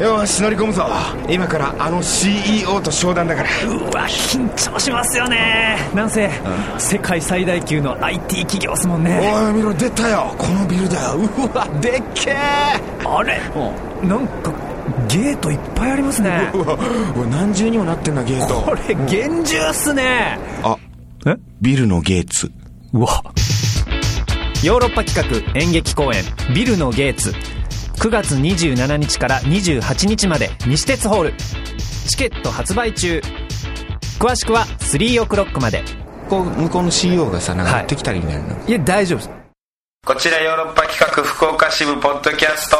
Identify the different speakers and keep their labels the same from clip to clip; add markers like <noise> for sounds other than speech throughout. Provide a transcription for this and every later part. Speaker 1: よし乗り込むぞ今からあの CEO と商談だから
Speaker 2: うわ緊張しますよねなんせ、世界最大級の IT 企業っすもんね
Speaker 1: おい見ろ出たよこのビルだようわでっけえ
Speaker 2: あれなんかゲートいっぱいありますね
Speaker 1: うわうわ何重にもなってんなゲート
Speaker 2: これ厳重っすね
Speaker 1: あ
Speaker 2: え
Speaker 1: ビルのゲーツ
Speaker 2: うわヨーロッパ企画演劇公演「ビルのゲーツ」9月27日から28日まで西鉄ホールチケット発売中詳しくは3オクロックまで
Speaker 1: こう向こうの CEO がさなんか
Speaker 2: はい
Speaker 1: やってきたりみたいな、
Speaker 2: いや大丈夫です
Speaker 3: こちらヨーロッパ企画福岡支部ポッドキャスト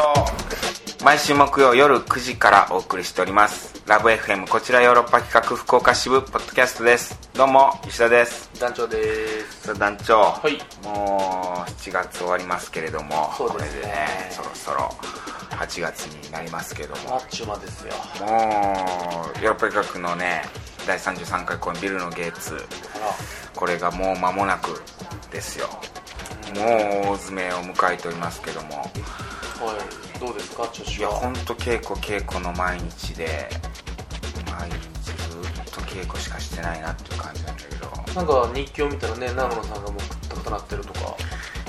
Speaker 3: 毎週木曜夜9時からお送りしておりますラブ f m こちらヨーロッパ企画福岡支部ポッドキャストですどうも吉田です
Speaker 4: 団長です
Speaker 3: さあ団長、
Speaker 4: い
Speaker 3: もう7月終わりますけれども
Speaker 4: そうですね
Speaker 3: これでそろそろ8月になりますけども
Speaker 4: あっちゅう間ですよ
Speaker 3: もうヨーロッパ企画のね第33回公演ビルのゲーツ
Speaker 4: あら
Speaker 3: これがもう間もなくですよもう大詰めを迎えておりますけども
Speaker 4: はいどうですか調
Speaker 3: い
Speaker 4: 子
Speaker 3: や
Speaker 4: は
Speaker 3: 本当稽古稽古の毎日で毎日ずっと稽古しかしてないなっていう感じなんだけど
Speaker 4: なんか日記を見たらね長野さんがもうくたくたなってるとか、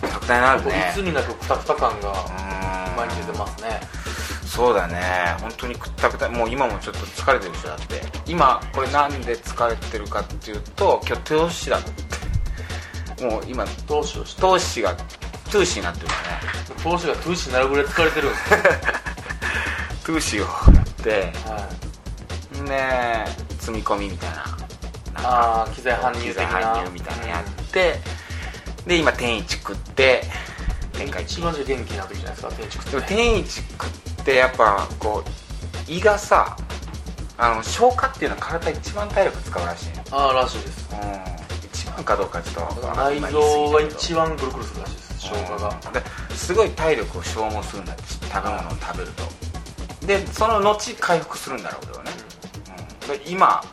Speaker 3: たくさんある
Speaker 4: こうい
Speaker 3: ね
Speaker 4: つになくくたくた感が
Speaker 3: うん
Speaker 4: 毎日出ますね
Speaker 3: そうだね本当にくったくたもう今もちょっと疲れてるでしょだって今これなんで疲れてるかっていうと今日投資だってもう今
Speaker 4: どうしようして
Speaker 3: 投資が投資になってるからね
Speaker 4: 投資がトゥーシーになるぐらい疲れてるんですよ
Speaker 3: <laughs> トゥーシーをやって
Speaker 4: はい
Speaker 3: ね積み込みみたいななんか
Speaker 4: ああ機材搬入
Speaker 3: 機
Speaker 4: 的
Speaker 3: 材
Speaker 4: な
Speaker 3: 搬入みたいなのやって、で今天一食って
Speaker 4: うん
Speaker 3: 天下一
Speaker 4: 一番じゃ元気な時じゃないです
Speaker 3: で
Speaker 4: か天竺
Speaker 3: も
Speaker 4: ってね
Speaker 3: 天一食ってやっぱこう胃がさあの消化っていうのは体一番体力使うらしいの
Speaker 4: ああらしいです
Speaker 3: うん一番かどうかちょっとわかん
Speaker 4: 内
Speaker 3: ない
Speaker 4: 臓が
Speaker 3: 言い過ぎたけど
Speaker 4: 一番ぐるぐるするらしいです消化が
Speaker 3: ですごい体力を消耗するんだって食べ物を食べるとでその後回復するんだろう俺はね、うんで今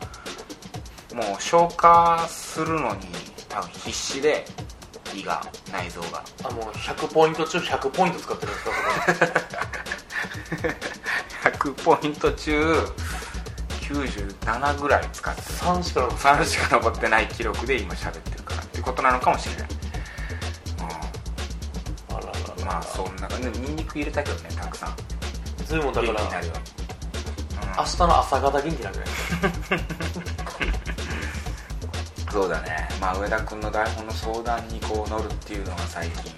Speaker 3: もう消化するのに多分必死で胃が内臓が <laughs>
Speaker 4: あもう100ポイント中100ポイント使ってるんですかそこ
Speaker 3: 100ポイント中97ぐらい使ってる
Speaker 4: 3しか6
Speaker 3: 3しか残ってない記録で今喋ってるからってことなのかもしれない、
Speaker 4: あらら
Speaker 3: うん、
Speaker 4: ら
Speaker 3: まあそんな感じでニンニク入れたけどねたくさん
Speaker 4: ずいぶんだ
Speaker 3: 元気
Speaker 4: から
Speaker 3: になるようん
Speaker 4: 明日の朝方元気なくないですか
Speaker 3: そうだね、まあ、上田君の台本の相談にこう乗るっていうのが最近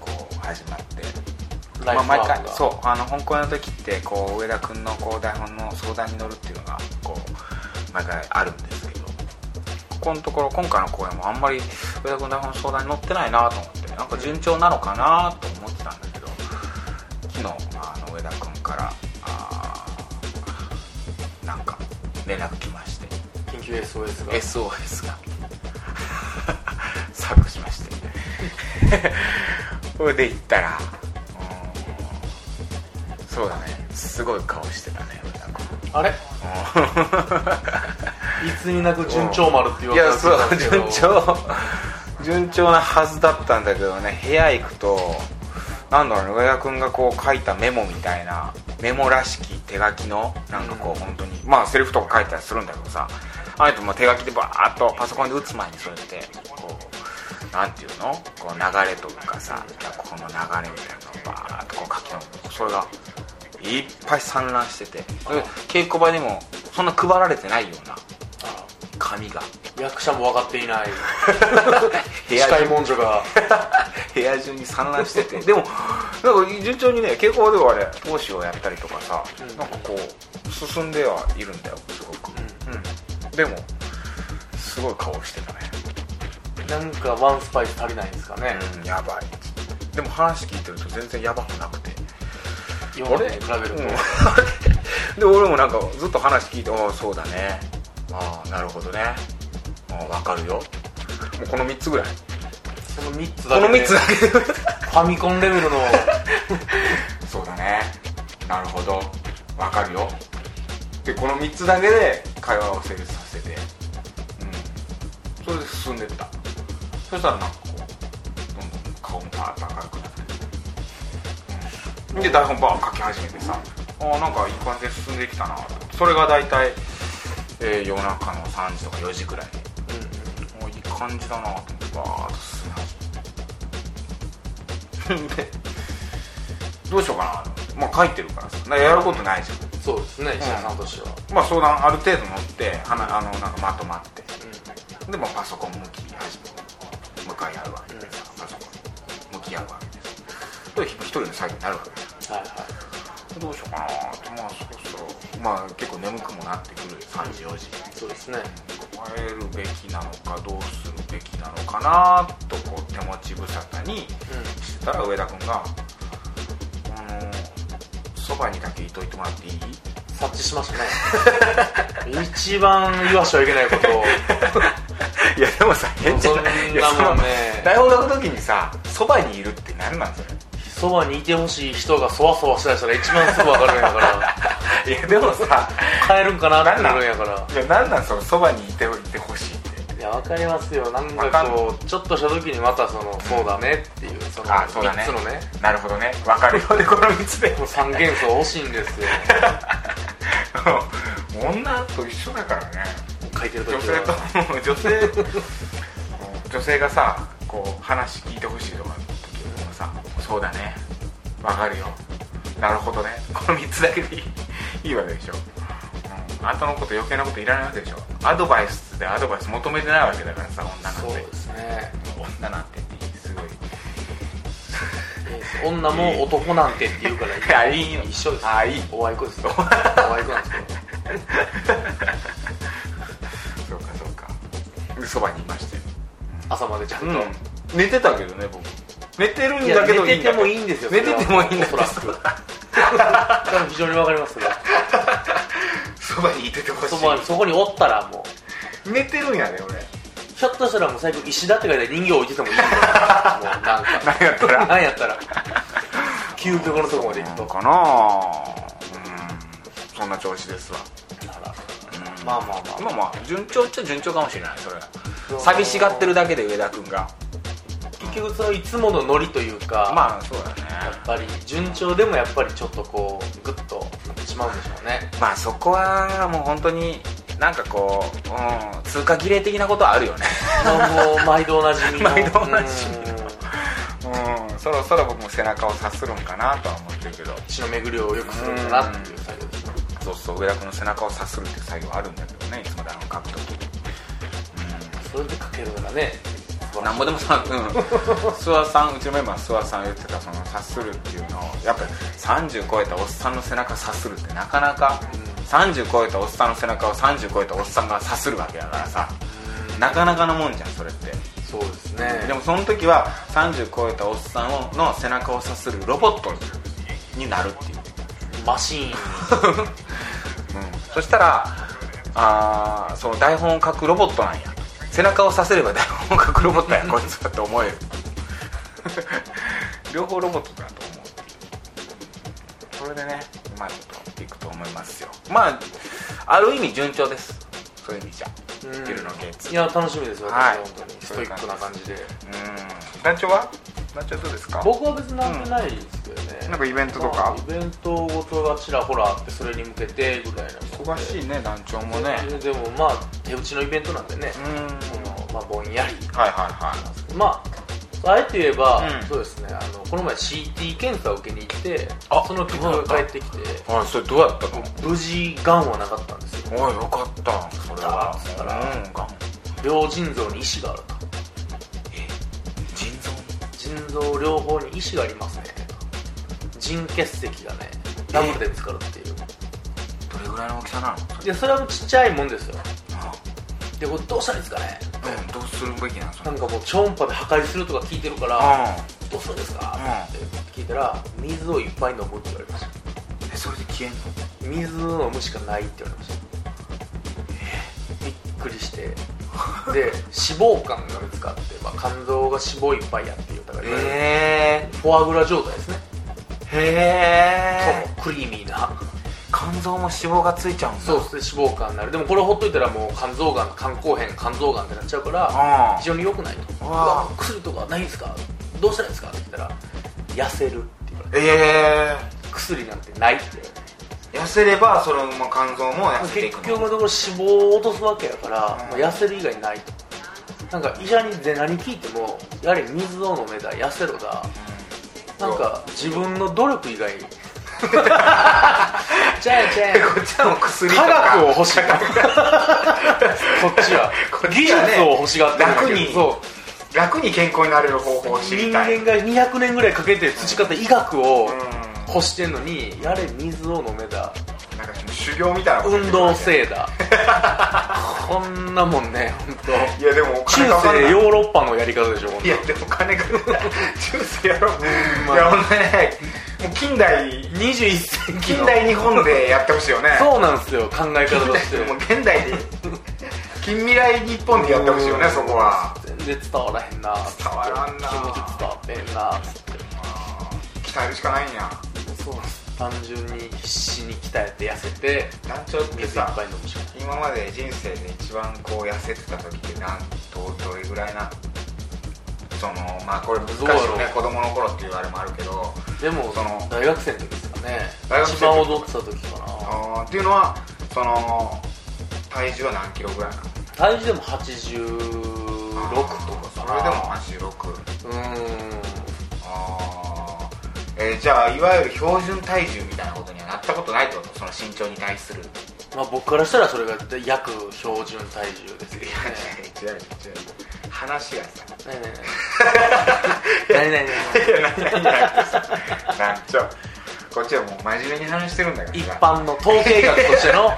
Speaker 3: こう始まって、
Speaker 4: ライ
Speaker 3: まあ、
Speaker 4: フワ
Speaker 3: 毎
Speaker 4: ークが
Speaker 3: 回そうあの本公演の時ってこう上田君のこう台本の相談に乗るっていうのがこう毎回あるんですけどここのところ今回の公演もあんまり上田君の台本の相談に乗ってないなと思ってなんか順調なのかなと思ってたんだけど昨日あの上田君からあーなんか連絡来まして。
Speaker 4: 緊急 SOS が
Speaker 3: SOS が <laughs> 作しまして <laughs> それで行ったらうんそうだねすごい顔してたねなんか
Speaker 4: あれいつになく順調丸って言
Speaker 3: い
Speaker 4: われ
Speaker 3: や
Speaker 4: た
Speaker 3: そう
Speaker 4: らしいん
Speaker 3: 順
Speaker 4: ですけど
Speaker 3: 調 <laughs> 順調なはずだったんだけどね部屋行くとなんだろうね上田君がこう書いたメモみたいなメモらしき手書きのなんかこう本当にまあセリフとか書いたりするんだけどさああいうともう手書きでバーッとパソコンで打つ前にそうやってこうなんていうのこう流れとかさ脚本の流れみたいなのをバーッとこう書き込むそれがいっぱい散乱しててで稽古場でもそんな配られてないような紙が
Speaker 4: 役者も分かっていない
Speaker 3: 部屋
Speaker 4: 司
Speaker 3: 中
Speaker 4: 会文書が
Speaker 3: <laughs> 部屋中に散乱しててでもなんか順調にね稽古場ではあれ投資をやったりとかさ、
Speaker 4: うん
Speaker 3: なんかこう進んではいるんだよすごく、うんでもすごい顔してたね、
Speaker 4: なんかワンスパイス足りないんですかね
Speaker 3: うん、やばいでも話聞いてると全然やばくなくて
Speaker 4: 今までに比べる
Speaker 3: うん
Speaker 4: と
Speaker 3: で俺もなん <laughs> かずっと話聞いて「ああそうだねああなるほどねああ分かるよ」もうこの3つぐらい
Speaker 4: その3つ
Speaker 3: こ
Speaker 4: だ
Speaker 3: の
Speaker 4: け
Speaker 3: 3
Speaker 4: で
Speaker 3: つだけで
Speaker 4: ファミコンレベ
Speaker 3: <laughs>
Speaker 4: ルの
Speaker 3: そうだねなるほどわかるよでこの3つだけで会話を成立させてうんそれで進んでったそしたらなんかこうどんどん顔もパーッと明るくなって、うん、で台本バーン書き始めてさああなんかいい感じで進んできたなと思ってそれが大体、えー夜中の3時とか4時くらいでああいい感じだなと思ってバーッと進んででどうしようかなと思ってまあ書いてるからさだからやることないじゃん
Speaker 4: うんそうですね石田さんとしては
Speaker 3: まあ相談ある程度乗ってはなあのなんかまとまってでもパソコン向き合い向かい合うわけでさパソコンに向き合うわけでさで一人の作業になるわけです
Speaker 4: はいはい
Speaker 3: どうしようかなってまあそろそろまあ結構眠くもなってくる3時4時
Speaker 4: そうですね
Speaker 3: 変えるべきなのかどうするべきなのかなとこう手持ち無沙汰に
Speaker 4: う
Speaker 3: してたら上田君が「あのそばにだけいといてもら <laughs> っていい?」
Speaker 4: ん察知しま
Speaker 3: <laughs>
Speaker 4: したね一番言わしちゃいけないことを
Speaker 3: いやでもさ変じゃない
Speaker 4: そんない
Speaker 3: やそ
Speaker 4: も
Speaker 3: の
Speaker 4: んね
Speaker 3: 台本書く時にさそばにいるって何なんそれ
Speaker 4: そばにいてほしい人がそわそわしだしたら一番すぐ分かるんやから
Speaker 3: <laughs> <laughs> いやでもさ
Speaker 4: 帰るんかなってなるんやから
Speaker 3: いや何なんそのそばにいていてほしいって
Speaker 4: いや分かりますよなん
Speaker 3: わか
Speaker 4: か
Speaker 3: ん
Speaker 4: こうちょっとした時にまたそのそうだねっていうその
Speaker 3: あそうだね
Speaker 4: 3つのね
Speaker 3: なるほどね分かるよねこの3で <laughs>
Speaker 4: この三元素欲しいんですよ
Speaker 3: 女と一緒だからね
Speaker 4: 書いてる時
Speaker 3: 女性と
Speaker 4: は
Speaker 3: 女性女性がさこう話聞いてほしいとかの時もさ「そうだねわかるよなるほどねこの3つだけでいいいいわけでしょ、うん、あんたのこと余計なこといらないわけでしょアドバイスでアドバイス求めてないわけだからさ女なん
Speaker 4: そう
Speaker 3: て
Speaker 4: ですね
Speaker 3: 女なんてってすごい
Speaker 4: いいです女も男なんてって言うからい
Speaker 3: い
Speaker 4: い
Speaker 3: やいいよ
Speaker 4: 一緒です
Speaker 3: あいい
Speaker 4: おあい
Speaker 3: <laughs>
Speaker 4: こですよおあいこなんですけど
Speaker 3: そうかそうかそばにいましたよ、
Speaker 4: 朝までちゃんと、
Speaker 3: 寝てたけどね僕寝てるん
Speaker 4: いや
Speaker 3: だけど
Speaker 4: 寝ててもい
Speaker 3: い
Speaker 4: いんですよ
Speaker 3: 寝ててもいいんだけ
Speaker 4: そ
Speaker 3: ど
Speaker 4: れはおそらくそれは非常にわかります
Speaker 3: <laughs>
Speaker 4: けど
Speaker 3: そばにいててほし
Speaker 4: そこに
Speaker 3: い
Speaker 4: そこにおったらもう
Speaker 3: 寝てるんやね俺
Speaker 4: ひょっとしたらもう最近石田って書いて人形置いててもいいんですよもう <laughs> なんか
Speaker 3: 何やったら
Speaker 4: なんやったら究極のとこまで行く
Speaker 3: どう
Speaker 4: と
Speaker 3: かなうんそんな調子ですわ
Speaker 4: まあまあまあ
Speaker 3: まあまあ順調っちゃ順調かもしれないそれ寂しがってるだけで上田君が
Speaker 4: 結局そのいつものノリというか、
Speaker 3: まあそうだね
Speaker 4: やっぱり順調でもやっぱりちょっとこうグッとなってしまうんでしょうね
Speaker 3: まあそこはもう本当になんかこう、うん、通過儀礼的なことはあるよね
Speaker 4: もう毎度おなじみの
Speaker 3: 毎度おなじみの <laughs> うんそろそろ僕も背中を察するんかなとは思ってるけど
Speaker 4: 血の巡りを良くするんだなっていう作業ですね
Speaker 3: そうそう上田君の背中を察するっていう作業はあるんだけどねいつも台本書くとき
Speaker 4: それで書けるのがね
Speaker 3: なんぼでもさ、うん、諏訪さんうちのメンバー諏訪さん言ってたその察するっていうのをやっぱり30超えたおっさんの背中察するってなかなか、30超えたおっさんの背中を30超えたおっさんが察するわけだからさなかなかのもんじゃんそれって、
Speaker 4: そうですね
Speaker 3: でもその時は30超えたおっさんをの背中を察するロボットになるっていう
Speaker 4: マシーン
Speaker 3: そしたらあーその台本を書くロボットなんや背中をさせれば台本を書くロボットやこいつはって思える <laughs> 両方ロボットだと思うそれでねうまいこといくと思いますよまあある意味順調ですそういう意味じゃ
Speaker 4: うん
Speaker 3: ビルのゲーツ
Speaker 4: いや楽しみですよ、
Speaker 3: はい
Speaker 4: 私は本当にストイックな感じで
Speaker 3: うん団長は団長どうですか
Speaker 4: 僕は別になんもないですけどね、
Speaker 3: なんかイベントと
Speaker 4: ま
Speaker 3: か
Speaker 4: あイベントごとがちらほらあってそれに向けてぐらいな
Speaker 3: 忙し
Speaker 4: い
Speaker 3: いね団長もね
Speaker 4: でもまあ手打ちのイベントなんでね
Speaker 3: う、ん
Speaker 4: そのまあ、ぼんやり
Speaker 3: はいはいは
Speaker 4: まああえて言えば、
Speaker 3: うん
Speaker 4: そうですねあのこの前 CT 検査を受けに行って
Speaker 3: あ
Speaker 4: その結果が返ってきて
Speaker 3: いはいそれどうやったの
Speaker 4: 無事がんはなかったんですよ
Speaker 3: おいよかったそれは
Speaker 4: だから
Speaker 3: うんがん
Speaker 4: 両腎臓に石があると
Speaker 3: 腎臓
Speaker 4: 腎臓両方に石がありますね腎結石がねダブルで見つかるっていう
Speaker 3: どれぐらいの大きさなの
Speaker 4: でそれはちっちゃいもんですよでこれどうしたらいいですかね
Speaker 3: うんどうするべきなのそ
Speaker 4: な
Speaker 3: れ
Speaker 4: んかもう超音波で破壊するとか聞いてるから
Speaker 3: う
Speaker 4: どうするんですかって聞いたら水をいっぱい飲むって言われました
Speaker 3: んえそれで消えんの
Speaker 4: 水を飲むしかないって言われましたびっくりして <laughs> で脂肪肝が見つかって、まあ、肝臓が脂肪いっぱいやっていうだから、
Speaker 3: え
Speaker 4: フォアグラ状態ですね
Speaker 3: ー、へえ
Speaker 4: そうクリーミーな
Speaker 3: 肝臓も脂肪がついちゃうんだ
Speaker 4: そうですね脂肪肝になるでもこれほっといたらもう肝臓がん肝硬変肝臓がんってなっちゃうから
Speaker 3: あ
Speaker 4: 非常に良くないと
Speaker 3: う
Speaker 4: う
Speaker 3: わ
Speaker 4: わ薬とかないんですかどうしたらいいんですかって言ったら痩せるって言われて
Speaker 3: ええ
Speaker 4: 薬なんてないって言われて
Speaker 3: 痩せればそのまあ肝臓も痩せてい
Speaker 4: 結
Speaker 3: く
Speaker 4: 局の
Speaker 3: の
Speaker 4: ところ脂肪を落とすわけやから、
Speaker 3: うん
Speaker 4: もう痩せる以外ないとなんか医者にで何聞いてもやはり水を飲めた痩せろだなんか自分の努力以 <laughs> 外ちゃうちゃう
Speaker 3: こっちはもう薬と
Speaker 4: 科
Speaker 3: か
Speaker 4: 学を欲しがって <laughs> るこっちは
Speaker 3: こっ
Speaker 4: 技
Speaker 3: ち
Speaker 4: 術
Speaker 3: はね
Speaker 4: を欲しがってるんだけど
Speaker 3: 楽に
Speaker 4: そう
Speaker 3: 楽に健康になれる方法を知
Speaker 4: 人
Speaker 3: りたい
Speaker 4: 間が200年ぐらいかけて培った医学を
Speaker 3: うん
Speaker 4: 欲してんのにやれ水を飲めだ
Speaker 3: なんか修行みたいなこと
Speaker 4: 運動せいだこんなもんね本
Speaker 3: いやでもお
Speaker 4: 当。中
Speaker 3: 金かかんな
Speaker 4: 世
Speaker 3: い
Speaker 4: ヨーロッパのやり方でしょほんと
Speaker 3: いやでもお金かかんない中世やろう
Speaker 4: まあ
Speaker 3: いやほんとねもう近代
Speaker 4: 21世紀
Speaker 3: 近
Speaker 4: の
Speaker 3: 代日本でやってほしいよね
Speaker 4: そうなんですよ考え方として
Speaker 3: <laughs> もう現代で近未来日本でやってほしいよねそこは
Speaker 4: 全然伝わらへんな
Speaker 3: 伝わらんな
Speaker 4: 気持ち伝わってへんな
Speaker 3: 鍛えるしかないんや
Speaker 4: そう単純に必死に鍛えて痩せて
Speaker 3: 団長って
Speaker 4: 水いっ
Speaker 3: さ
Speaker 4: ぱい飲むしかない
Speaker 3: 今まで人生で一番こう痩せてた時って何どどれぐらいなそのまあこれ難しい
Speaker 4: どうや
Speaker 3: よね
Speaker 4: ろう
Speaker 3: 子供の頃っていうあれもあるけど
Speaker 4: でも
Speaker 3: その
Speaker 4: 大学生の時ですかね
Speaker 3: 大学生
Speaker 4: 一番踊ってた時かな
Speaker 3: あーっていうのはその体重は何キロぐらいなの
Speaker 4: 体重でも86とか
Speaker 3: それでも
Speaker 4: か
Speaker 3: 86
Speaker 4: なうーん
Speaker 3: あーえーじゃあいわゆる標準体重みたいなことにはなったことないってことその身長に対する
Speaker 4: まあ、僕からしたらそれが約標準体重ですよね。
Speaker 3: 違う違う違う話がさ
Speaker 4: ねえねえねえねえねえね
Speaker 3: いや何々じゃなくてさなんちょこっちはもう真面目に話してるんだか
Speaker 4: え
Speaker 3: ら
Speaker 4: 一
Speaker 3: さ
Speaker 4: 般の統計学
Speaker 3: <laughs>
Speaker 4: としての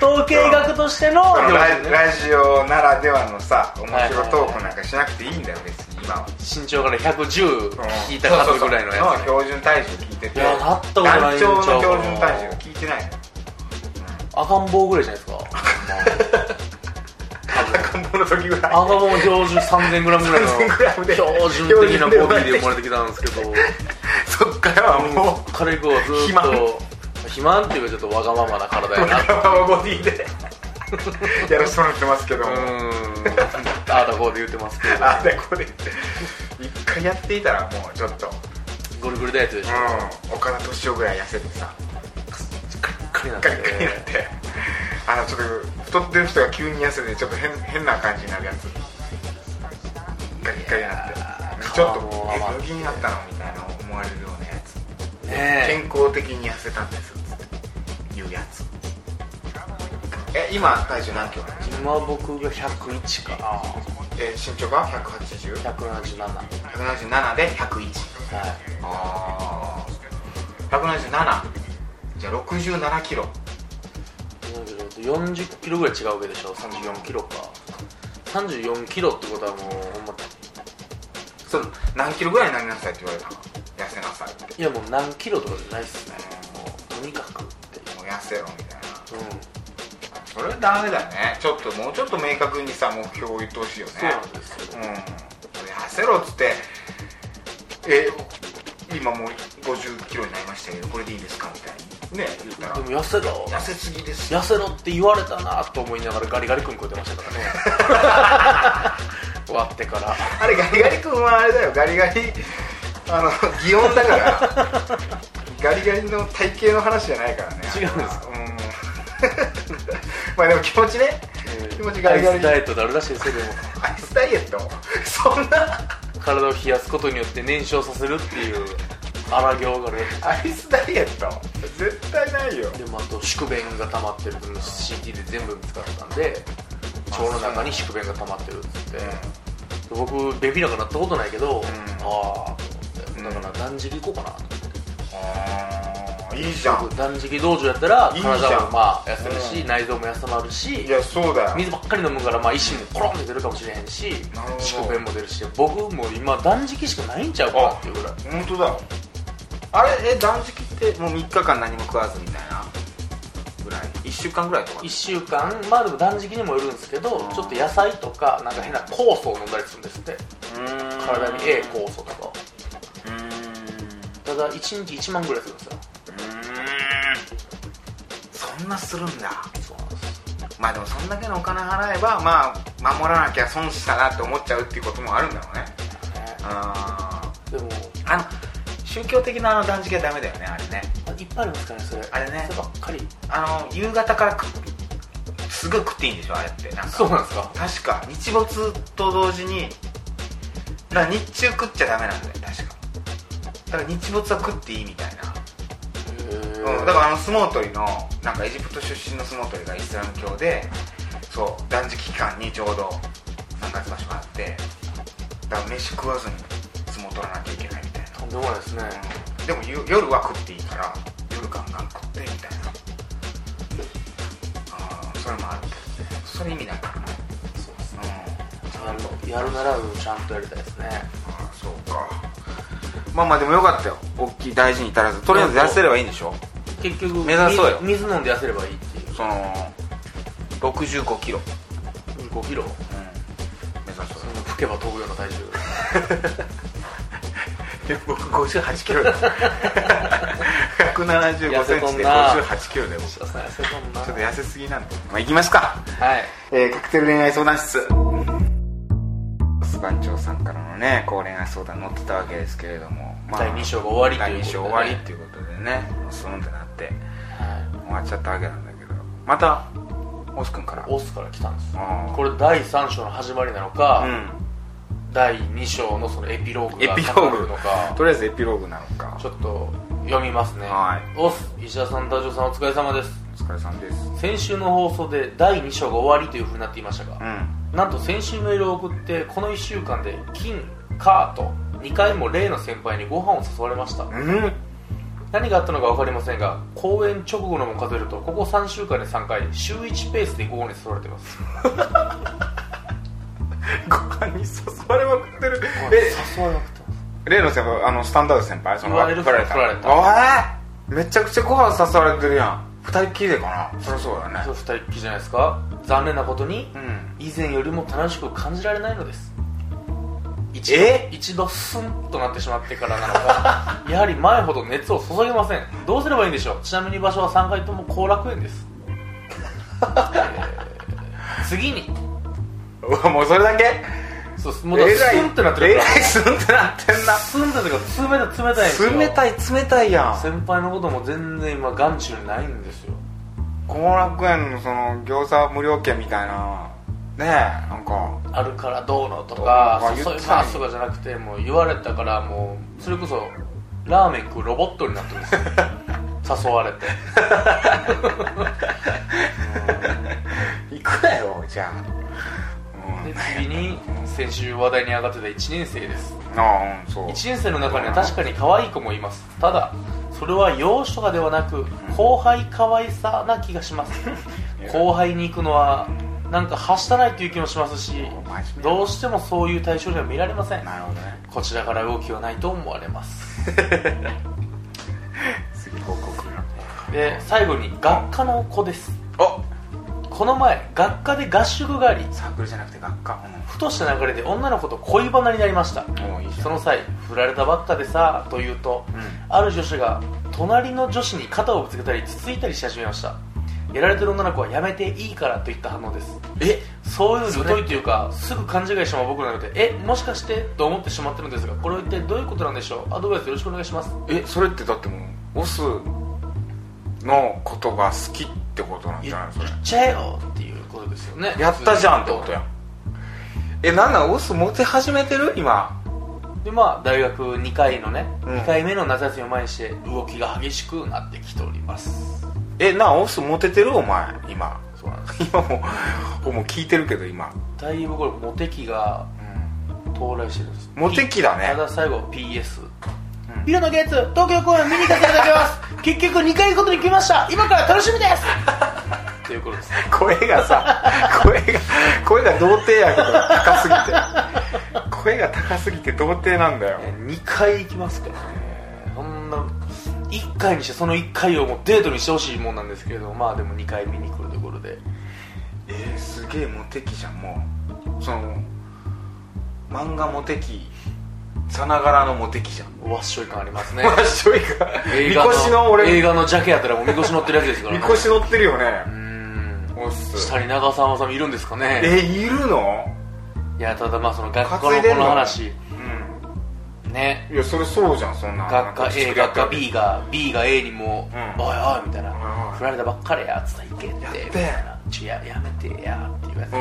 Speaker 4: 統計学としての
Speaker 3: その
Speaker 4: 標
Speaker 3: ラ
Speaker 4: 準ね
Speaker 3: ラジオならではのさ面白トークなんかしなくていいんだよ別に今は
Speaker 4: 身長から110
Speaker 3: うん
Speaker 4: 引いた数ぐらいの
Speaker 3: そう
Speaker 4: や
Speaker 3: そうそ
Speaker 4: つね
Speaker 3: う標準体重聞いてて
Speaker 4: いやなったことない
Speaker 3: 団長の標準体重
Speaker 4: んちゃうかな
Speaker 3: 聞いてないの
Speaker 4: 赤ん坊ぐらいじゃないですか
Speaker 3: <laughs> 赤ん坊の時ぐらい
Speaker 4: 赤ん坊も標準 3000g ぐらいの
Speaker 3: 3000g で
Speaker 4: 標準的なボディで生まれてきたんですけど
Speaker 3: そっからはもう
Speaker 4: 彼以降はずーっと肥満っていうかちょっとわがままな体やな
Speaker 3: <laughs> 赤ん坊ボディでやらせてもらってますけど
Speaker 4: う
Speaker 3: も
Speaker 4: ーんああだこうで言ってますけど
Speaker 3: あでこれ一回やっていたらもうちょっと
Speaker 4: ゴルゴルダイエットでしょ
Speaker 3: うん岡田敏夫ぐらい痩せてさ
Speaker 4: カリッカリなん
Speaker 3: ガ
Speaker 4: で
Speaker 3: リガリになってあのちょっと太ってる人が急に痩せてちょっと変変な感じになるやつガリガリになってちょっと
Speaker 4: 顔も
Speaker 3: え
Speaker 4: 甘くて
Speaker 3: 病気になったのみたいな思われるようなやつ健
Speaker 4: ね
Speaker 3: 康的に痩せたんですっていうやつえ今体重何キロなの
Speaker 4: え今僕が101か
Speaker 3: え身長が 180?177
Speaker 4: な177は
Speaker 3: で101ああ177じゃあ67キロ
Speaker 4: い40キロぐらい違うわけでしょ34キロか34キロってことはもうほんま
Speaker 3: それ何キロぐらいになりなさいって言われたの痩せなさいって
Speaker 4: いやもう何キロとかじゃないっすねもうとにかくって
Speaker 3: もう痩せろみたいな
Speaker 4: いううん
Speaker 3: それはダメだねちょっともうちょっと明確にさ目標を言ってほしいよね
Speaker 4: そうなんですよ
Speaker 3: うん痩せろっつってえ今もう50キロになりましたけどこれでいいですかみたいにね言ったら
Speaker 4: でも痩せろ
Speaker 3: 痩せすぎですよ
Speaker 4: 痩せろって言われたなと思いながらガリガリ君食うてましたからね
Speaker 3: <laughs>
Speaker 4: 終わってから
Speaker 3: あれガリガリ君はあれだよガリガリあの擬音だからガリガリの体型の話じゃないからね
Speaker 4: 違うんですか
Speaker 3: うん <laughs> まあでも気持ちね気持ちガリガ
Speaker 4: ア
Speaker 3: リ
Speaker 4: イスダイエットであるらしいですよでも
Speaker 3: アイスダイエットそんな
Speaker 4: 体を冷やすことによって燃焼させるっていう荒行がある
Speaker 3: アイスダイエット絶対ないよ
Speaker 4: でもあと宿便が溜まってるっていうの CT で全部見つかったんで腸の中に宿便が溜まってるっつって、僕ベビーなんかなったことないけど、ああと思ってだから断食行こうかなと思って
Speaker 3: あーいいじゃん
Speaker 4: 僕断食道場やったら
Speaker 3: いいじゃん
Speaker 4: 体もまあ痩せるし、内臓も休まるし
Speaker 3: いやそうだよ
Speaker 4: 水ばっかり飲むから、まあ、意思もコロンって出るかもしれへんし
Speaker 3: なるほど
Speaker 4: 宿便も出るし僕も今断食しかないんちゃうかなっていうぐらい
Speaker 3: 本当だあれえ断食ってもう3日間何も食わずみたいなぐらい1週間ぐらいとか
Speaker 4: 1週間まあでも断食にもよるんですけどちょっと野菜とかなんか変な酵素を飲んだりするんですって体に A 酵素とか
Speaker 3: うーんう
Speaker 4: ただ1日1万ぐらいするんですよ
Speaker 3: ーんそんなするんだ
Speaker 4: そうなんです
Speaker 3: まあでもそんだけのお金払えばまあ守らなきゃ損したなって思っちゃうっていうこともあるんだろうね
Speaker 4: ね
Speaker 3: あ
Speaker 4: でも
Speaker 3: ーあの宗教的なあの断食はダメだよねあれね
Speaker 4: いっぱいありますからねそれ
Speaker 3: あれね
Speaker 4: そればっかり
Speaker 3: あの夕方から食うすぐ食っていいんでしょあれってなんか
Speaker 4: そうなんですか
Speaker 3: 確か日没と同時にな日中食っちゃダメなんだよ確かだから日没は食っていいみたいなうん、だからあの相撲取りのなんかエジプト出身の相撲取りがイスラム教でそう断食期間にちょうど何月場所があってだから飯食わずに相撲取らなきゃいけないみたい
Speaker 4: とんでもないですね
Speaker 3: な、うん、でもゆ夜は食っていいから夜ガンガン食ってみたいなあーそれもあるそれ意味ないからね
Speaker 4: そうです
Speaker 3: う
Speaker 4: ね
Speaker 3: ん
Speaker 4: あのやるならちゃんとやりたいですね
Speaker 3: あーそうかまあまあでもよかったよ大きい大事に至らずとりあえず痩せればいいんでしょ
Speaker 4: 結局
Speaker 3: 目指そうよ
Speaker 4: 水水飲んで痩せればいいっていう
Speaker 3: その65キロ、
Speaker 4: 5キ
Speaker 3: 目指そ
Speaker 4: ロ
Speaker 3: う
Speaker 4: その吹けば飛ぶような体重
Speaker 3: 僕58キロだ175センチで
Speaker 4: 痩せとんな
Speaker 3: 58キロで僕ちょ
Speaker 4: 痩せたもんな
Speaker 3: っと痩せすぎなんでまあ行きますか、
Speaker 4: はい
Speaker 3: えーカクテル恋愛相談室ス番長さんからのねこう恋愛相談載ってたわけですけれども、まあ
Speaker 4: 第二章が終わりということで
Speaker 3: 第
Speaker 4: ね
Speaker 3: 二章終わりっていうことでねすんってなって
Speaker 4: はい
Speaker 3: 終わっちゃったわけなんだけどまたオス君から
Speaker 4: オスから来たんです
Speaker 3: あー
Speaker 4: これ第3章の始まりなの
Speaker 3: う
Speaker 4: か、
Speaker 3: ん
Speaker 4: 第2章のそのエピローグ
Speaker 3: エ
Speaker 4: が
Speaker 3: ピロ
Speaker 4: 語
Speaker 3: ー
Speaker 4: られる
Speaker 3: グ
Speaker 4: のか
Speaker 3: とりあえずエピローグなのか
Speaker 4: ちょっと読みますね、
Speaker 3: はい
Speaker 4: オス石田さん太郎さんお疲れ様です
Speaker 3: お疲れさんです
Speaker 4: 先週の放送で第2章が終わりというふうになっていましたが、
Speaker 3: うん
Speaker 4: なんと先週メールを送ってこの1週間で金カーと2回も例の先輩にご飯を誘われました
Speaker 3: うん
Speaker 4: 何があったのか分かりませんが公演直後のも数えるとここ3週間で3回週1ペースで午後に誘われてます
Speaker 3: ご飯に誘われまくってる
Speaker 4: 誘われなくてます
Speaker 3: え例の先輩あのスタンダード先輩その
Speaker 4: 振られる
Speaker 3: 振られた
Speaker 4: 振られた
Speaker 3: おいめちゃくちゃご飯誘われてるやん二人っきりでかなそりゃそうだね
Speaker 4: そう二人っきりじゃないですか残念なことに、
Speaker 3: うん
Speaker 4: 以前よりも楽しく感じられないのです一
Speaker 3: え
Speaker 4: 一度スンとなってしまってからなのか <laughs> やはり前ほど熱を注げませんどうすればいいんでしょうちなみに場所は3回とも後楽園です、えー次に
Speaker 3: うわもうそれだけ
Speaker 4: そうですもうだからスンってなってるか
Speaker 3: えらいすんってなってん
Speaker 4: らスンってなってるから冷たい冷たいんですよ
Speaker 3: な冷たい冷たいやん
Speaker 4: 先輩のことも全然今眼中にないんですよ
Speaker 3: 後楽園のその餃子無料券みたいなねえなんか
Speaker 4: あるからどうのと
Speaker 3: ど
Speaker 4: か
Speaker 3: うの
Speaker 4: 注
Speaker 3: とか言っ
Speaker 4: い
Speaker 3: てたの
Speaker 4: ま
Speaker 3: に
Speaker 4: すとかじゃなくてもう言われたからもうそれこそラーメン食うロボットになってるんですよ <laughs> 誘われて
Speaker 3: 行くなよじゃあうん
Speaker 4: で次に先週話題に上がってた1年生です
Speaker 3: ああうんそう
Speaker 4: 1年生の中には確かに可愛い子もいますただそれは容姿とかではなく後輩可愛さな気がします <laughs> 後輩に行くのはなんかはしたないという気もしますし
Speaker 3: 真面目
Speaker 4: どうしてもそういう対象には見られません
Speaker 3: なるほどね
Speaker 4: こちらから動きはないと思われます <laughs>
Speaker 3: 次報告が
Speaker 4: で最後に学科の子です
Speaker 3: あ
Speaker 4: この前学科で合宿があり
Speaker 3: サークルじゃなくて学科
Speaker 4: ふとした流れで女の子と恋バナになりました
Speaker 3: うんもういいじゃん
Speaker 4: その際振られたばっかでさと言うと、
Speaker 3: ん
Speaker 4: ある女子が隣の女子に肩をぶつけたりつついたりし始めましたやられてる女の子はやめていいからといった反応です
Speaker 3: え
Speaker 4: そういう疎いというかすぐ勘違いしても僕なのでえもしかしてと思ってしまってるんですがこれは一体どういうことなんでしょうアドバイスよろしくお願いします
Speaker 3: えそれってだってもうオスのことが好きってことなんじ
Speaker 4: 言
Speaker 3: ゃない
Speaker 4: っ
Speaker 3: それ
Speaker 4: ちゃえよっていうことですよね
Speaker 3: やったじゃんってことやんえなんなんオスモテ始めてる今
Speaker 4: でまあ大学2回のね、
Speaker 3: うん
Speaker 4: 2回目の夏休みを前にして動きが激しくなってきております
Speaker 3: えなあオスモテてるお前今 <laughs>
Speaker 4: そうなんです
Speaker 3: 今もうもう聞いてるけど今、
Speaker 4: だいぶこれモテ期が到来してるんです
Speaker 3: モテ期だね
Speaker 4: ただ最後 PS
Speaker 3: うん
Speaker 4: ビルのゲッツ東京公演見に行かせていただきます結局2回行くことに決めました今から楽しみです
Speaker 3: <laughs>
Speaker 4: ということです
Speaker 3: 声がさ <laughs> 声が声が童貞やけど高すぎて声が高すぎて童貞なんだよ
Speaker 4: 2回行きますからねそんな1回にしてその1回をもうデートにしてほしいもんなんですけれどもまあでも2回見に来るところで
Speaker 3: えー、すげえモテ期じゃんもうその漫画モテ期さながらのモテ期じゃん
Speaker 4: わっしょい感ありますね
Speaker 3: まあしょいか
Speaker 4: 映
Speaker 3: み
Speaker 4: 画の
Speaker 3: こしの
Speaker 4: 映
Speaker 3: 俺
Speaker 4: 画のジャケやったらもうみこし乗ってるやつですから
Speaker 3: み
Speaker 4: ね
Speaker 3: こし乗ってるよ
Speaker 4: うー
Speaker 3: ね
Speaker 4: ん
Speaker 3: おっす
Speaker 4: 下に長澤まさみいるんですかね
Speaker 3: えいるの
Speaker 4: いやただまあその学校のこの話
Speaker 3: うん
Speaker 4: ね
Speaker 3: いやそれそうじゃんそんな
Speaker 4: 学科 A 学科 B
Speaker 3: が
Speaker 4: が B が A にも「
Speaker 3: うん
Speaker 4: おいおい」みたいな
Speaker 3: うん
Speaker 4: 「振られたばっかりや」つったら「いけ」ってみ
Speaker 3: やったて
Speaker 4: いな「ちょややめてや」って言われて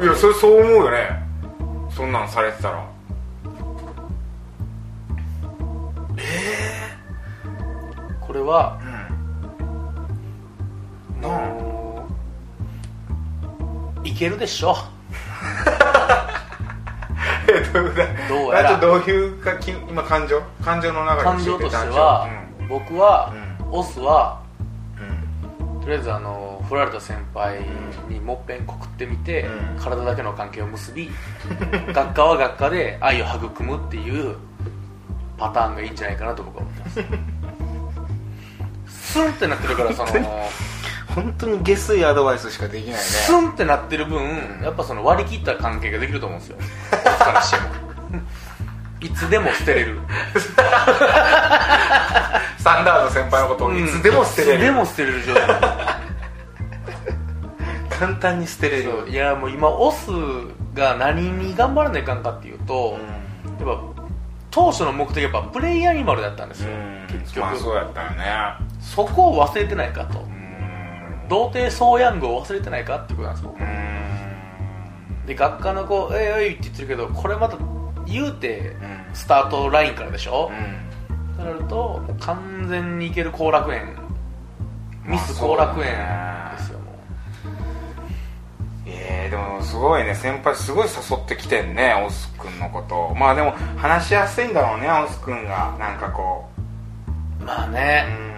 Speaker 3: うんいやそれそう思うよねそんなんされてたら <laughs>
Speaker 4: これは
Speaker 3: うん
Speaker 4: あのいけるでしょ
Speaker 3: えどういうこと
Speaker 4: どうやら
Speaker 3: あとどういうかき今感情感情の中
Speaker 4: 感
Speaker 3: で
Speaker 4: 情として
Speaker 3: 感情
Speaker 4: は僕は
Speaker 3: う
Speaker 4: オスは
Speaker 3: うんうん
Speaker 4: とりあえずあの振られた先輩にもっぺん告ってみて
Speaker 3: うん
Speaker 4: 体だけの関係を結び学科は学科で愛を育むっていうパターンがいいんじゃないかなと僕は思ってます
Speaker 3: <laughs>
Speaker 4: スンってなってるからその
Speaker 3: 本当に下水アドバイスしかできないね
Speaker 4: スンってなってる分やっぱその割り切った関係ができると思うんですよ <laughs> オスからしてもいつでも捨てれる
Speaker 3: スタンダード先輩のことをいつでも捨て
Speaker 4: いつ
Speaker 3: れ
Speaker 4: で
Speaker 3: る
Speaker 4: も捨てれる状態
Speaker 3: 簡単に捨てれる
Speaker 4: そういやもう今オスが何に頑張らないかんかっていうと、やっぱ当初の目的はやっぱプレイアニマルだったんですよ、結
Speaker 3: 結
Speaker 4: 局、
Speaker 3: 局まあそうやったよね
Speaker 4: そこを忘れてないかと、
Speaker 3: うん
Speaker 4: 童貞ソーヤングを忘れてないかってことなんです僕
Speaker 3: うん
Speaker 4: で学科の子「えいえい」って言ってるけどこれまた言うて
Speaker 3: ん
Speaker 4: スタートラインからでしょ
Speaker 3: う、ん
Speaker 4: となるともう完全にいける後楽園ミス後楽園ですよ、も
Speaker 3: えー、でもすごいね先輩すごい誘ってきてんねオス君のことまあでも話しやすいんだろうねオス君がなんかこう
Speaker 4: うまあ
Speaker 3: う
Speaker 4: ね、
Speaker 3: ん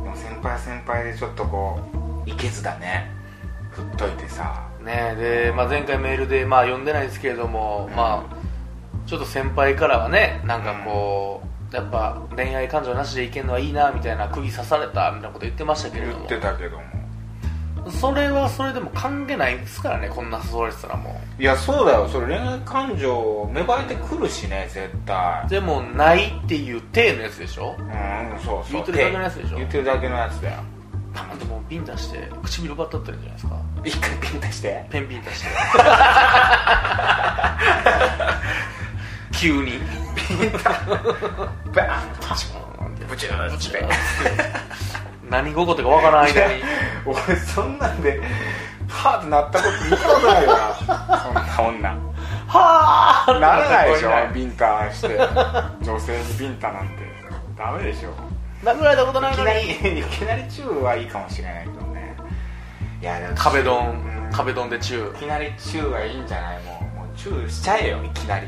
Speaker 3: でも先輩は先輩でちょっとこういけずだね振っといてさ
Speaker 4: ねで、まあ、前回メールで、まあ、読んでないですけれども、
Speaker 3: うん
Speaker 4: まあ、ちょっと先輩からはねなんかこう、やっぱ恋愛感情なしでいけるのはいいなみたいな釘刺されたみたいなこと言ってましたけれ
Speaker 3: 言
Speaker 4: ども
Speaker 3: ってたけども
Speaker 4: それはそれでも関係ないですからねこんな誘われてたらも
Speaker 3: いやそうだよそれ恋愛感情芽生えてくるしね絶対
Speaker 4: うでもないっていう体のやつでしょ
Speaker 3: うんそうそう
Speaker 4: 言ってるだけのやつでしょ
Speaker 3: 言ってるだけのやつだよ
Speaker 4: たまにもうビンタして唇奪ったってるんじゃないで
Speaker 3: 一
Speaker 4: すか
Speaker 3: 回ピンタして
Speaker 4: ペンビンタして急に
Speaker 3: バーン
Speaker 4: うん
Speaker 3: ブチューッて
Speaker 4: <laughs> 何が起こってかわからん間
Speaker 3: <laughs>
Speaker 4: に
Speaker 3: 俺そんなんでハーってなったこと見たことないよなそんな
Speaker 4: はあ
Speaker 3: 女ならないでしょ
Speaker 4: なら
Speaker 3: ビンタして女性にビンタなんてダメでしょ
Speaker 4: 殴られたことないい
Speaker 3: き
Speaker 4: の
Speaker 3: な
Speaker 4: に
Speaker 3: りいきなりチューはいいかもしれないけどねいやでも
Speaker 4: 壁ド
Speaker 3: うん
Speaker 4: ン壁ドンでチュ
Speaker 3: いきなりチューはいいんじゃないもうもうチューしちゃえよいきなり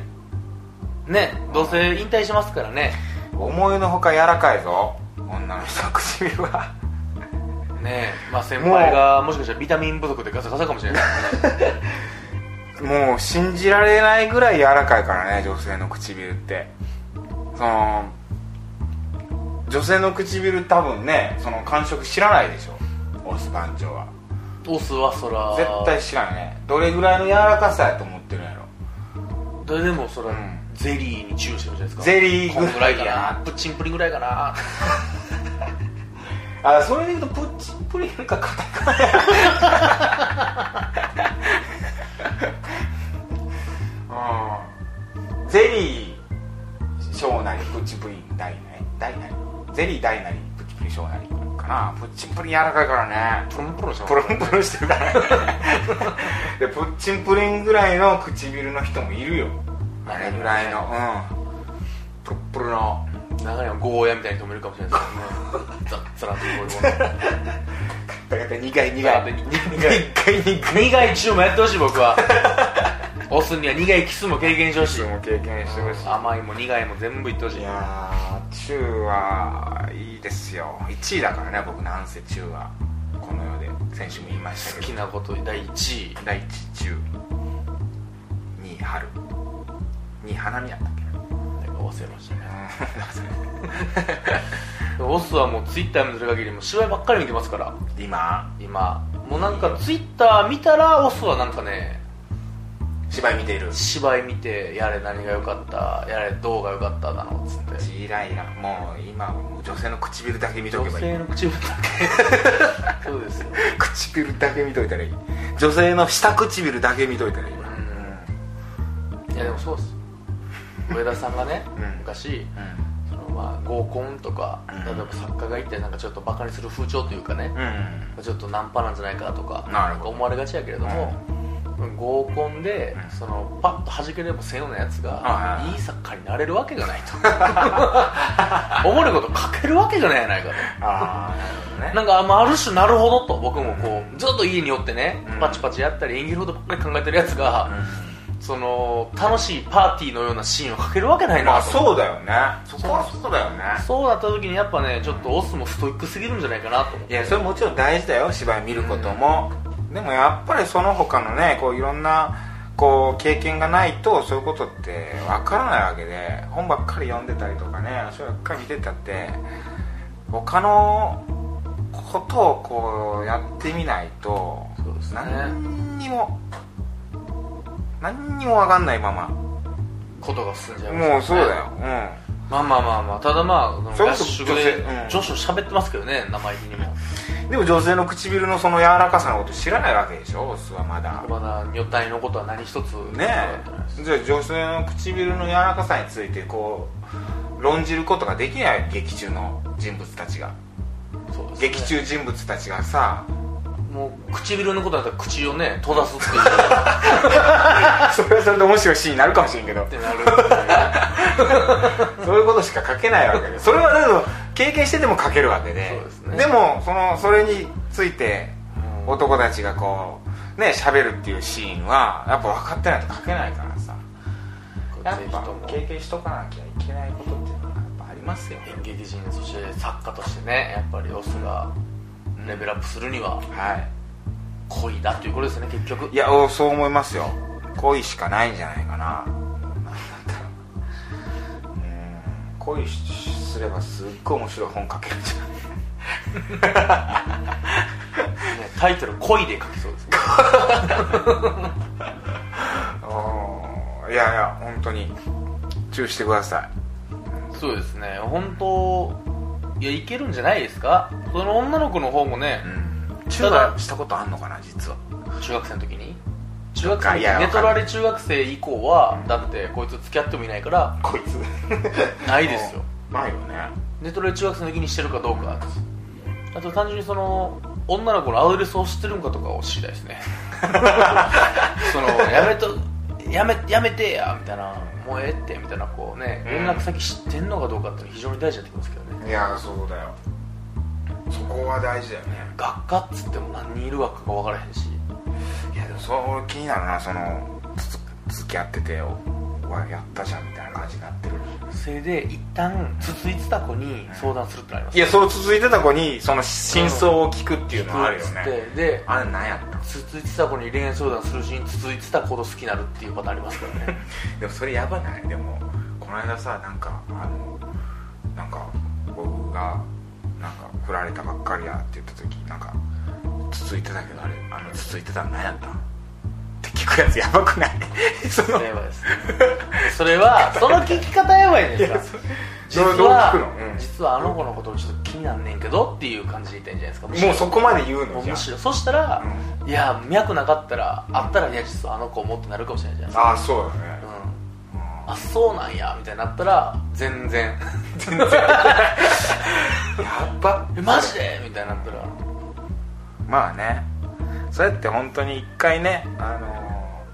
Speaker 4: ーねどうせ引退しますからね
Speaker 3: 思いのほか柔らかいぞ女の人の唇は
Speaker 4: ねまあ先輩がもしかしたらビタミン不足でガサガサかも
Speaker 3: <laughs>
Speaker 4: しれないからね
Speaker 3: もう信じられないぐらい柔らかいからね女性の唇ってその女性の唇多分ねその感触知らないでしょオス番長は
Speaker 4: オスはそら
Speaker 3: 絶対知らんねどれぐらいの柔らかさやと思ってるんやろ
Speaker 4: 誰でもそら
Speaker 3: うん
Speaker 4: ゼリーにチューしてるじゃないですか
Speaker 3: ゼリー
Speaker 4: こんぐらいか
Speaker 3: ぐらい
Speaker 4: なプッチンプリンぐらいかな
Speaker 3: あそれで言うとプッチンプリンよりか硬いからうんゼリー小なりプッチンプリン大なり大なりゼリー大なりプッチンプリン小なりかなプッチンプリン柔らかいからね
Speaker 4: プルンプルンし
Speaker 3: プルンプルンしてるからでプッチンプリンぐらいの唇の人もいるよあれぐらいのうんプルップルの
Speaker 4: 中にはゴーヤみたいに止めるかもしれ
Speaker 3: <laughs>
Speaker 4: ないですけどねザッツラとこういう
Speaker 3: だから苦 <laughs> い苦い
Speaker 4: あで
Speaker 3: 苦い苦い苦い
Speaker 4: もの苦いチューもやってほしい僕はオスには苦いキスも経験してほしい
Speaker 3: も経験してほしい
Speaker 4: 甘いも苦いも全部言ってほしい
Speaker 3: いやー中はいいですよ1位だからね僕なんせ中はこの世で先週も言いました
Speaker 4: 好
Speaker 3: け
Speaker 4: き
Speaker 3: ど
Speaker 4: なこと第1位
Speaker 3: 第1位中2位春2位花見やったっけ
Speaker 4: なんか忘れましたね
Speaker 3: うん
Speaker 4: オスはもうツイッター見てる限りもう芝居ばっかり見てますから
Speaker 3: <laughs> 今
Speaker 4: 今もうなんかツイッター見たらオスはなんかね
Speaker 3: 芝居見ている
Speaker 4: 芝居見てやれ何が良かったやれどうが良かっただのっつって
Speaker 3: イライラもう今はもう女性の唇だけ見とけ
Speaker 4: 女
Speaker 3: ばいい
Speaker 4: 性の唇だけそうですよ
Speaker 3: 唇だけ見といたらいい女性の下唇だけ見といたらいいわ
Speaker 4: うんいやでもそうです上田さんがね、
Speaker 3: うん
Speaker 4: 昔そのまあ合コンとか
Speaker 3: ん
Speaker 4: 例えば作家がいてなんかちょっとバカにする風潮というかね
Speaker 3: う、ん
Speaker 4: ちょっとナンパなんじゃないかとか
Speaker 3: なるほど
Speaker 4: 思われがちやけれども、合コンでそのパッと弾ければせんようなやつが
Speaker 3: はいはい
Speaker 4: いい作家になれるわけがないとおもろいこと書けるわけがないやないかと
Speaker 3: ああなるほどね
Speaker 4: なんかあまあある種なるほどと僕もこうずっと家におってね、
Speaker 3: うん
Speaker 4: パチパチやったり演技のことばっかり考えてるやつが、その楽しいパーティーのようなシーンをかけるわけない
Speaker 3: ま
Speaker 4: な
Speaker 3: あ
Speaker 4: と、
Speaker 3: そうだよねそこはそうだよね
Speaker 4: そうなった時にやっぱねちょっとオスもストイックすぎるんじゃないかなと思っ
Speaker 3: い
Speaker 4: て
Speaker 3: やそれもちろん大事だよ芝居見ることも、でもやっぱりその他のねこういろんなこう経験がないとそういうことってわからないわけで本ばっかり読んでたりとかねそればっかり見てたって他のことをこうやってみないと
Speaker 4: そうですね
Speaker 3: 何にも何にもわかんないまま
Speaker 4: ことが進んじゃいます
Speaker 3: もうそうだよ、
Speaker 4: まあまあまあまあただまあそ
Speaker 3: それ
Speaker 4: の合
Speaker 3: こそ
Speaker 4: 宿で
Speaker 3: 女性うん
Speaker 4: 上司と喋ってますけどね生意気にも
Speaker 3: うん、でも女性の唇のその柔らかさのこと知らないわけでしょオスはまだ
Speaker 4: まだ女体のことは何一つ
Speaker 3: ねえじゃあ女性の唇の柔らかさについてこう論じることができない劇中の人物たちが
Speaker 4: そうですね
Speaker 3: 劇中人物たちがさ
Speaker 4: もう唇のことだったら口をね閉ざすっていう
Speaker 3: <laughs> それはそれで面白いシーンになるかもしれんけど
Speaker 4: ってなるってい
Speaker 3: <laughs>
Speaker 4: う
Speaker 3: そういうことしか書けないわけで <laughs> それはだけど経験してでも書けるわけで
Speaker 4: そうですね
Speaker 3: でもそのそれについて男たちがこうね喋るっていうシーンはやっぱ分かってないと書けないからさや
Speaker 4: ぜ
Speaker 3: っ
Speaker 4: ひ
Speaker 3: ぱ
Speaker 4: とも
Speaker 3: 経験しとかなきゃいけないことっていうのはやっぱありますよ
Speaker 4: 演劇人そして作家としてねやっぱりオスがレベルアップするには
Speaker 3: はい
Speaker 4: 恋だということですね結局
Speaker 3: いやおそう思いますよ恋しかないんじゃないかななんだろううん恋しすればすっごい面白い本書けるんじゃない
Speaker 4: ねタイトル「恋」で書きそうですね
Speaker 3: <laughs> あーいやいや本当に注意してくださ
Speaker 4: そうですね本当いやいけるんじゃないですかその女の子の方もね
Speaker 3: い、うん、
Speaker 4: 中
Speaker 3: 中
Speaker 4: 学
Speaker 3: 学したことあんのかな実は
Speaker 4: 中学生の時に中学生の
Speaker 3: い
Speaker 4: 時
Speaker 3: や
Speaker 4: 寝取
Speaker 3: わ
Speaker 4: ら
Speaker 3: か
Speaker 4: れ中学生以降はだってこいつ付き合ってもいないから
Speaker 3: こいつ
Speaker 4: ないですよ
Speaker 3: <laughs> ないよね
Speaker 4: 寝取られ中学生の時にしてるかどうかあと単純にその女の子のアドレスを知ってるんかとかを知りたいで
Speaker 3: <laughs>
Speaker 4: すねそのやめとやめやめてやみたいなもうええってみたいなこうね
Speaker 3: うん
Speaker 4: 連絡先知ってんのかどうかっていうのは非常に大事になってきますけどね
Speaker 3: いやそうだよそこは大事だよね
Speaker 4: 学科っつっても何人いる学科か分からへんし
Speaker 3: いやでもそう気になるなそのつつ付き合っててよわやったじゃんみたいな感じになってる
Speaker 4: それで一旦続いてた子に相談するってなります
Speaker 3: いやその続いてた子にその真相を聞くっていうのはあるよ
Speaker 4: つ
Speaker 3: ね
Speaker 4: ってで
Speaker 3: あれなんやった
Speaker 4: 続いてた子に恋愛相談するうちに続いてた子と好きになるっていうパターンありますからね
Speaker 3: でもそれやばないでもこの間さなんかあのなんか僕がなんか振られたばっかりやって言った時なんかつついてたけどあれあのつついてたの何やったんって聞くやつやばくない <laughs> そ
Speaker 4: そ
Speaker 3: の
Speaker 4: れはですねそれはその聞き方やばいんですか実
Speaker 3: どうどう聞く
Speaker 4: は
Speaker 3: の、うん
Speaker 4: 実はあの子のことをちょっと気になんねんけどっていう感じで言いたいんじゃないですか
Speaker 3: もうそこまで言う
Speaker 4: も
Speaker 3: の
Speaker 4: う
Speaker 3: じゃ
Speaker 4: む
Speaker 3: ん
Speaker 4: しろそしたら、いや脈なかったらあったらいや実はあの子もってなるかもしれないじゃないですか
Speaker 3: ああそうだね
Speaker 4: うんあそうなんやみたいになったら全然
Speaker 3: やっぱ
Speaker 4: えマジでみたいになったら
Speaker 3: まあねそうやって本当に一回ね、あのー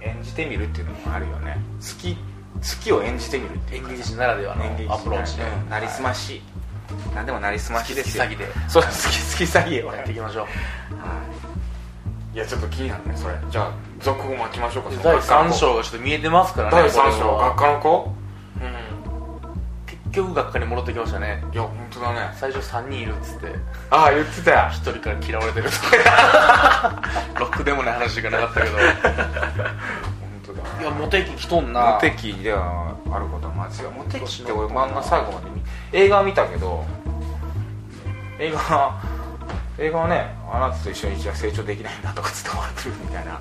Speaker 3: 演じてみるっていうのもあるよね好き好きを演じてみるってい
Speaker 4: 演
Speaker 3: う
Speaker 4: 劇人ならではの
Speaker 3: 演劇
Speaker 4: アプローチで、
Speaker 3: うんなりすまし、何でもなりすましですよ
Speaker 4: 好き好き詐欺で
Speaker 3: そう好き好き詐欺を
Speaker 4: やっていきましょう
Speaker 3: いやちょっと気になるねそれじゃあ続報巻きましょうか
Speaker 4: 第3章がちょっと見えてますからね
Speaker 3: 第3
Speaker 4: これ
Speaker 3: 章
Speaker 4: は
Speaker 3: 学科の子
Speaker 4: 結局学科に戻ってきましたね
Speaker 3: いや本当だね
Speaker 4: 最初3人いるっつって
Speaker 3: ああ言ってたよ
Speaker 4: 1人から嫌われてるとか <laughs> ろくでもない話がなかったけど
Speaker 3: 本当だ
Speaker 4: いやモテ期来とんな
Speaker 3: モテ期ではあることは間違いモテ期って俺漫画最後まで見映画は見たけど映画は映画はねあなたと一緒にじゃ成長できないなとかつって終わってるみたいな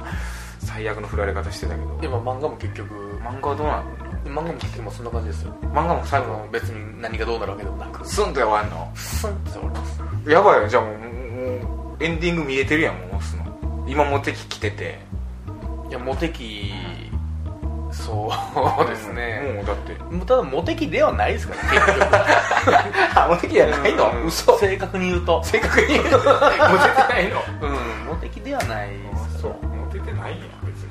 Speaker 3: 最悪の振られ方してたけど
Speaker 4: 今漫画も結局
Speaker 3: 漫画はどうなの
Speaker 4: 漫画も結局もうそんな感じですよ
Speaker 3: 漫画も
Speaker 4: あ
Speaker 3: 最後
Speaker 4: の別に何がどうなるわけでもなく
Speaker 3: スンと終わんの
Speaker 4: スンって終わります
Speaker 3: やばいよじゃあもうもうエンディング見えてるやんもう押すの今モテ期来てて
Speaker 4: いやモテ期そうですね、
Speaker 3: もうだって
Speaker 4: もうただモテ期ではない <laughs> ですからね結局
Speaker 3: あモテ期じゃないの
Speaker 4: うん
Speaker 3: 嘘
Speaker 4: 正確に言うと
Speaker 3: 正確に言うとモテてないの
Speaker 4: うんモテ期ではないですから
Speaker 3: モテてないんや別に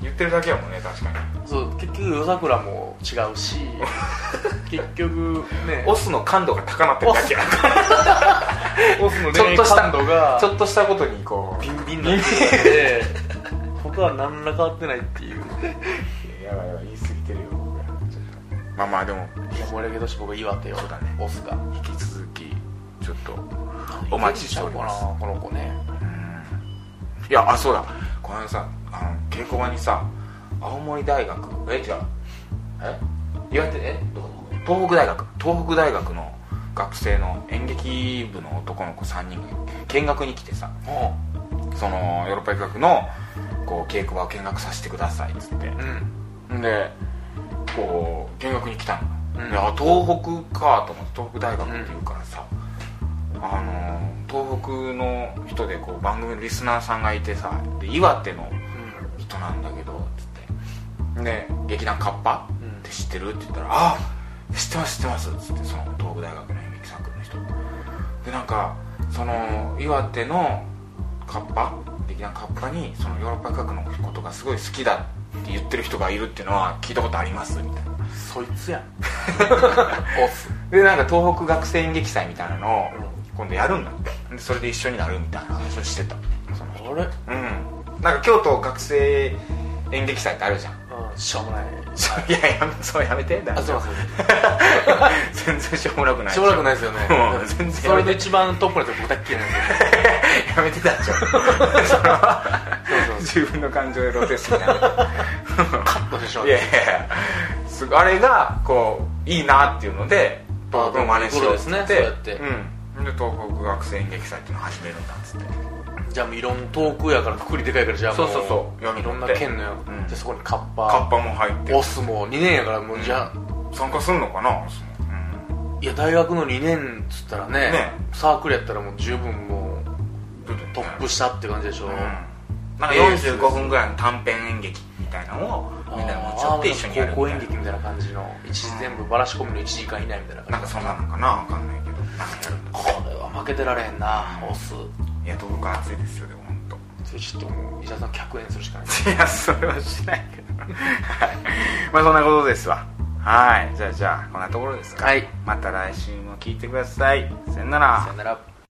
Speaker 3: 言ってるだけやもんね確かに
Speaker 4: そう結局夜桜も違う <laughs> し結局ね
Speaker 3: オスの感度が高なってるだけや
Speaker 4: オスの
Speaker 3: ちょっとした
Speaker 4: 感度が
Speaker 3: ちょっとしたことにこう
Speaker 4: ビンビンなんで僕は何ら変わってないっていう
Speaker 3: やばいやばい言い過ぎてるよ僕らまあまあでも
Speaker 4: いや漏れ毛年僕岩手よ
Speaker 3: そうだね
Speaker 4: オスが
Speaker 3: 引き続きちょっとお待ちしております
Speaker 4: いけんちゃうかなこの子ね
Speaker 3: いやあそうだこの間さあの稽古場にさ青森大学え違うえ岩手えどこだ東北大学東北大学の学生の演劇部の男の子3人が見学に来てさそのヨーロッパ医学のこう稽古場を見学させてくださいっつって
Speaker 4: うん
Speaker 3: でこう見学に来たの、
Speaker 4: うん
Speaker 3: であ東北かと思って東北大学っていうからさ、あのー東北の人でこう番組のリスナーさんがいてさで岩手の人なんだけどつってで劇団カッパ
Speaker 4: うん
Speaker 3: って知ってるって言ったら「あ知ってます知ってます」っつってその東北大学の演劇サークルの人でなんかその岩手のカッパ劇団カッパにそのヨーロッパ企画のことがすごい好きだって言ってる人がいるっていうのは聞いたことありますみたいな
Speaker 4: そい <laughs> つやんオス
Speaker 3: でなんか東北学生演劇祭みたいなのを
Speaker 4: う
Speaker 3: 今度やるんだってでそれで一緒になるみたいな話をしてたその人
Speaker 4: あれ
Speaker 3: うんなんか京都学生演劇祭ってあるじゃん
Speaker 4: うんしょうもない
Speaker 3: そういややめそうやめてだ
Speaker 4: あそうそう
Speaker 3: <laughs> 全然しょうもなくない
Speaker 4: しょうもなくないですよね
Speaker 3: うん全然
Speaker 4: それで一番トップの人僕だっけなんで
Speaker 3: <laughs> やめてたじゃん <laughs> その自分の感情で露呈するのやめて
Speaker 4: カットしてしまう
Speaker 3: いやいやいやすごいあれがこういいなっていうので東北の真似しようっつっ
Speaker 4: あそう
Speaker 3: て
Speaker 4: やって
Speaker 3: うん、で東北学生演劇祭っていうのを始めるんだっつって
Speaker 4: じゃあもういろんな遠くやからくくりでかいからじゃあも
Speaker 3: そうそうそう
Speaker 4: いろんな県のよ、
Speaker 3: うん
Speaker 4: じゃあそこにカッパ
Speaker 3: カッパも入って
Speaker 4: オスも2年やからもうじゃあ、
Speaker 3: 参加するのかなその
Speaker 4: いや大学の2年っつったらね
Speaker 3: ね
Speaker 4: サークルやったらもう十分も
Speaker 3: うん
Speaker 4: うトップしたって感じでしょ、
Speaker 3: う
Speaker 4: うんん、
Speaker 3: なんか45分ぐらいの短編演劇みたいなのをみんなで持ち寄って一緒にやるみ
Speaker 4: 高校
Speaker 3: たい
Speaker 4: 演
Speaker 3: な
Speaker 4: 劇みたいな感じの一時全部ばらし込みの1時間以内みたいな
Speaker 3: なん
Speaker 4: 感
Speaker 3: か
Speaker 4: じ
Speaker 3: そんなのかなわかんないけどなんかやるんだ
Speaker 4: これは負けてられへんなオス
Speaker 3: いや東北暑いですよでも本当。 <laughs>
Speaker 4: それちょっともう伊沢さん客演するしかない
Speaker 3: いやそれはしないけどはいまあそんなことですわはいじゃあじゃあこんなところですか
Speaker 4: はい
Speaker 3: また来週も聞いてくださいさよなら
Speaker 4: さよなら